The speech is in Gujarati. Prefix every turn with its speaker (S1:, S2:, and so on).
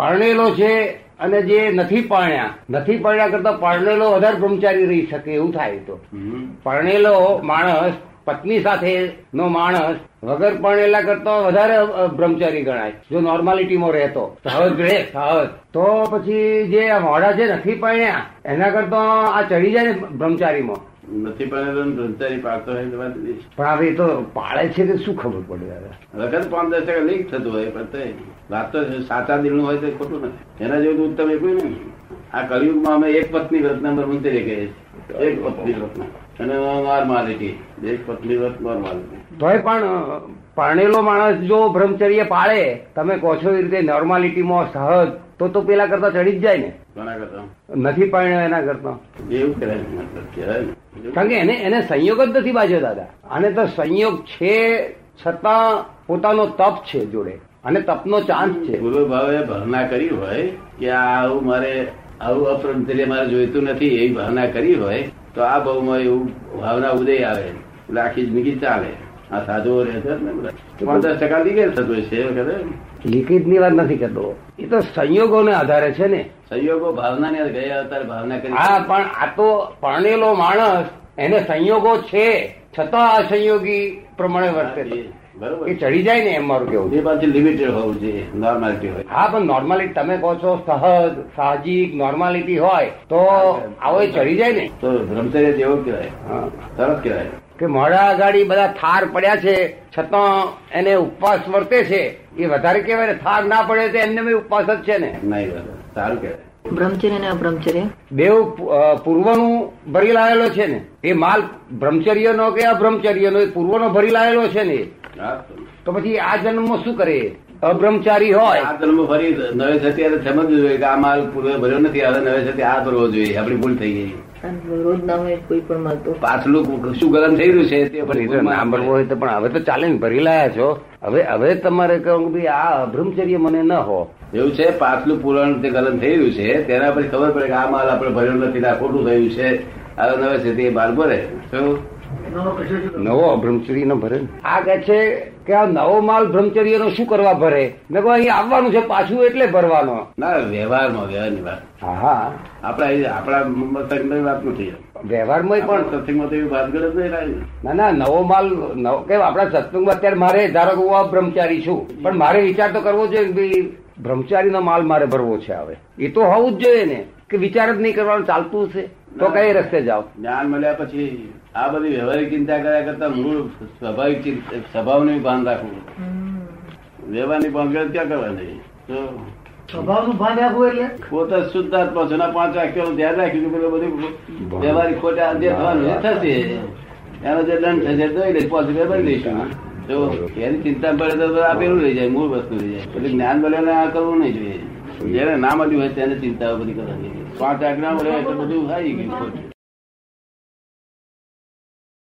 S1: પરણેલો છે અને જે નથી પરણ્યા નથી પરણ્યા કરતા પરણેલો વધારે બ્રહ્મચારી રહી શકે એવું થાય તો
S2: હમ.
S1: પરણેલો માણસ પત્ની સાથે નો માણસ વગર પરણેલા કરતા વધારે અ, બ્રહ્મચારી ગણાય જો નોર્માલિટીમાં રહેતો સહજ રહે સહજ તો પછી જે આ મોડા જે નથી પરણ્યા એના કરતા આ ચડી જાય ને ભ્રમચારીમાં
S2: નથી ભણેલો ને ભ્રષ્ટાચારી પાડતો હોય તો વાત બીજી.
S1: પણ હવે એ તો પાળે છે કે શું ખબર પડે હવે
S2: વખત પાંચ દસ ટકા લીક થતું હોય પણ તોય. વાત તો છે, સાચા દિલનું હોય તો ખોટું નથી એના જેવું ઉત્તમ એકલું નહીં આ કળિયુગમાં અમે એક પત્ની વ્રતના મંદિરે કહીએ છીએ એક પત્ની વ્રતના અને નોર્માલિટી એક પત્ની વ્રત નોર્માલિટી
S1: તોય પણ પરણેલો માણસ જો બ્રહ્મચર્ય પાળે તમે કહો છો એ રીતે નોર્માલિટીમાં સહજ તો તો પેલા કરતા ચડી જ જાય
S2: ઘણા કરતા
S1: ને નથી પરણ્યો એના કરતા
S2: એવું કહેવાય મતલબ કહેવાય ને.
S1: કારણ કે એને એને સંયોગ જ નથી બાજ્યો દાદા આને તો સંયોગ છે છતાં પોતાનો તપ છે જોડે અને તપનો ચાન્સ છે
S2: પૂર્વ ભાવે ભાવના કરી હોય કે આ આવું મારે આવું અપ્રમચર્ય મારે જોઈતું નથી એવી ભાવના કરી હોય તો આ બહુમાં એવું ભાવના ઉદય આવે એટલે આખી જિંદગી ચાલે આ સાધુઓ રહે છે ને બધા. પાંચ દસ ટકા લીગેલ થતું હોય છે એ વખતે
S1: લીકેજ ની વાત નથી કરતો એ તો સંયોગોને આધારે છે ને
S2: સંયોગો ભાવના ને ગયા અવતાર ભાવના કરી
S1: આ પણ આ તો પરણેલો માણસ એને સંયોગો છે છતાં અસંયોગી પ્રમાણે વર્તે છે.
S2: બરોબર
S1: એ ચડી જાય ને એમ મારું કેવું
S2: એ પાછું લિમિટેડ હોવું જોઈએ નોર્માલિટી હોય
S1: હા પણ નોર્માલિટી તમે કહો છો સહજ સાહજિક નોર્માલિટી હોય તો આવો એ ચડી જાય ને
S2: તો બ્રહ્મચર્ય જેવો કહેવાય
S1: હા
S2: સરસ કહેવાય
S1: કે મોડા આગાડી બધા થાર પડ્યા છે છતાં એને ઉપવાસ વર્તે છે એ વધારે કહેવાય ને થાર ના પડે તો એમને બી ઉપવાસ જ છે ને
S2: નહીં બરાબર સારું કહેવાય
S3: બ્રહ્મચર્ય ને અબ્રહ્મચર્ય
S1: દેવ અ, પૂર્વનું ભરી લાવેલો છે ને એ માલ બ્રહ્મચર્યનો કે અબ્રહ્મચર્યનો એ પૂર્વનો ભરી લાવેલો છે ને
S2: હા.
S1: તો પછી આ જન્મમાં શું કરે એ? અબ્રહ્મચારી હોય
S2: આ ધર્મ ફરી નવે થતી ત્યારે સમજવું જોઈએ કે આ માલ પૂર્વે ભર્યો નથી હવે નવે થતી આ ભરવો જોઈએ આપણી ભૂલ થઈ ગઈ
S3: રોજ ના હોય કોઈ પણ મળતો
S2: પાછલું શું ગરમ થઈ રહ્યું છે તે
S1: પણ એ તો નામ ભરવો હોય તો પણ હવે તો ચાલે ને ભરી લાયા છો હવે હવે તમારે કહું કે ભઈ આ અબ્રહ્મચર્ય મને ન હો
S2: એવું છે પાછલું પુરાણ તે ગલન થઈ રહ્યું છે તેના પર ખબર પડે કે આ માલ આપણે ભર્યો નથી આ ખોટું થયું છે હવે નવે છે તે માલ ભરે શું?
S1: નવો બ્રહ્મચર્ય નો ભરે આ કે છે કે આ નવો માલ બ્રહ્મચર્ય નો શું કરવા ભરે મેં કહું અહીં આવવાનું છે પાછું એટલે ભરવાનો
S2: ના વ્યવહારમાં વ્યવહારની વાત
S1: હા હા
S2: આપણા એ- આપણા મતલબની વાત નથી
S1: વ્યવહારમાં પણ
S2: પણ સત્સંગમાં તો એવી વાત ગળત નહીં લાગી.
S1: ના ના નવો માલ નવો કે આપણા સત્સંગમાં અત્યારે મારે ધારો કે હું આ બ્રહ્મચારી છું પણ મારે વિચાર તો કરવો જોઈએ કે ભઈ બ્રહ્મચારી નો માલ મારે ભરવો છે હવે એ તો હોવું જ જોઈએ ને કે વિચાર જ નહીં કરવાનું ચાલતું છે તો કઈ રસ્તે જાઓ
S2: જ્ઞાન મળ્યા પછી આ બધી વ્યવહારિક ચિંતા કર્યા કરતા મૂળ સ્વાભાવિક ચિં- સ્વભાવનું ભાન રાખવું વ્યવહારની ભંગળ ક્યાં કરવાની તો
S4: સ્વભાવનું ભાન રાખવું એટલે
S2: પોતે શુદ્ધાત્મા છે એના પાંચ વાક્યોનું ધ્યાન રાખ્યું કે પેલું બધું વ્યવહારિક ખોટા જે થવાનું એ થશે એનો જે દંડ થશે એ દઈ લઈશ પોઝિટિવ બની દઈશું તો એની ચિંતા પડે તો આ પેલું રહી જાય મૂળ વસ્તુ રહી જાય એટલે જ્ઞાન મળ્યાને આ કરવું નહીં જોઈએ જેને ના મળ્યું હોય તેને ચિંતા બધી કરવાની પાંચ આજ્ઞા મળ્યા એટલે બધું આવી ગયું ખોટું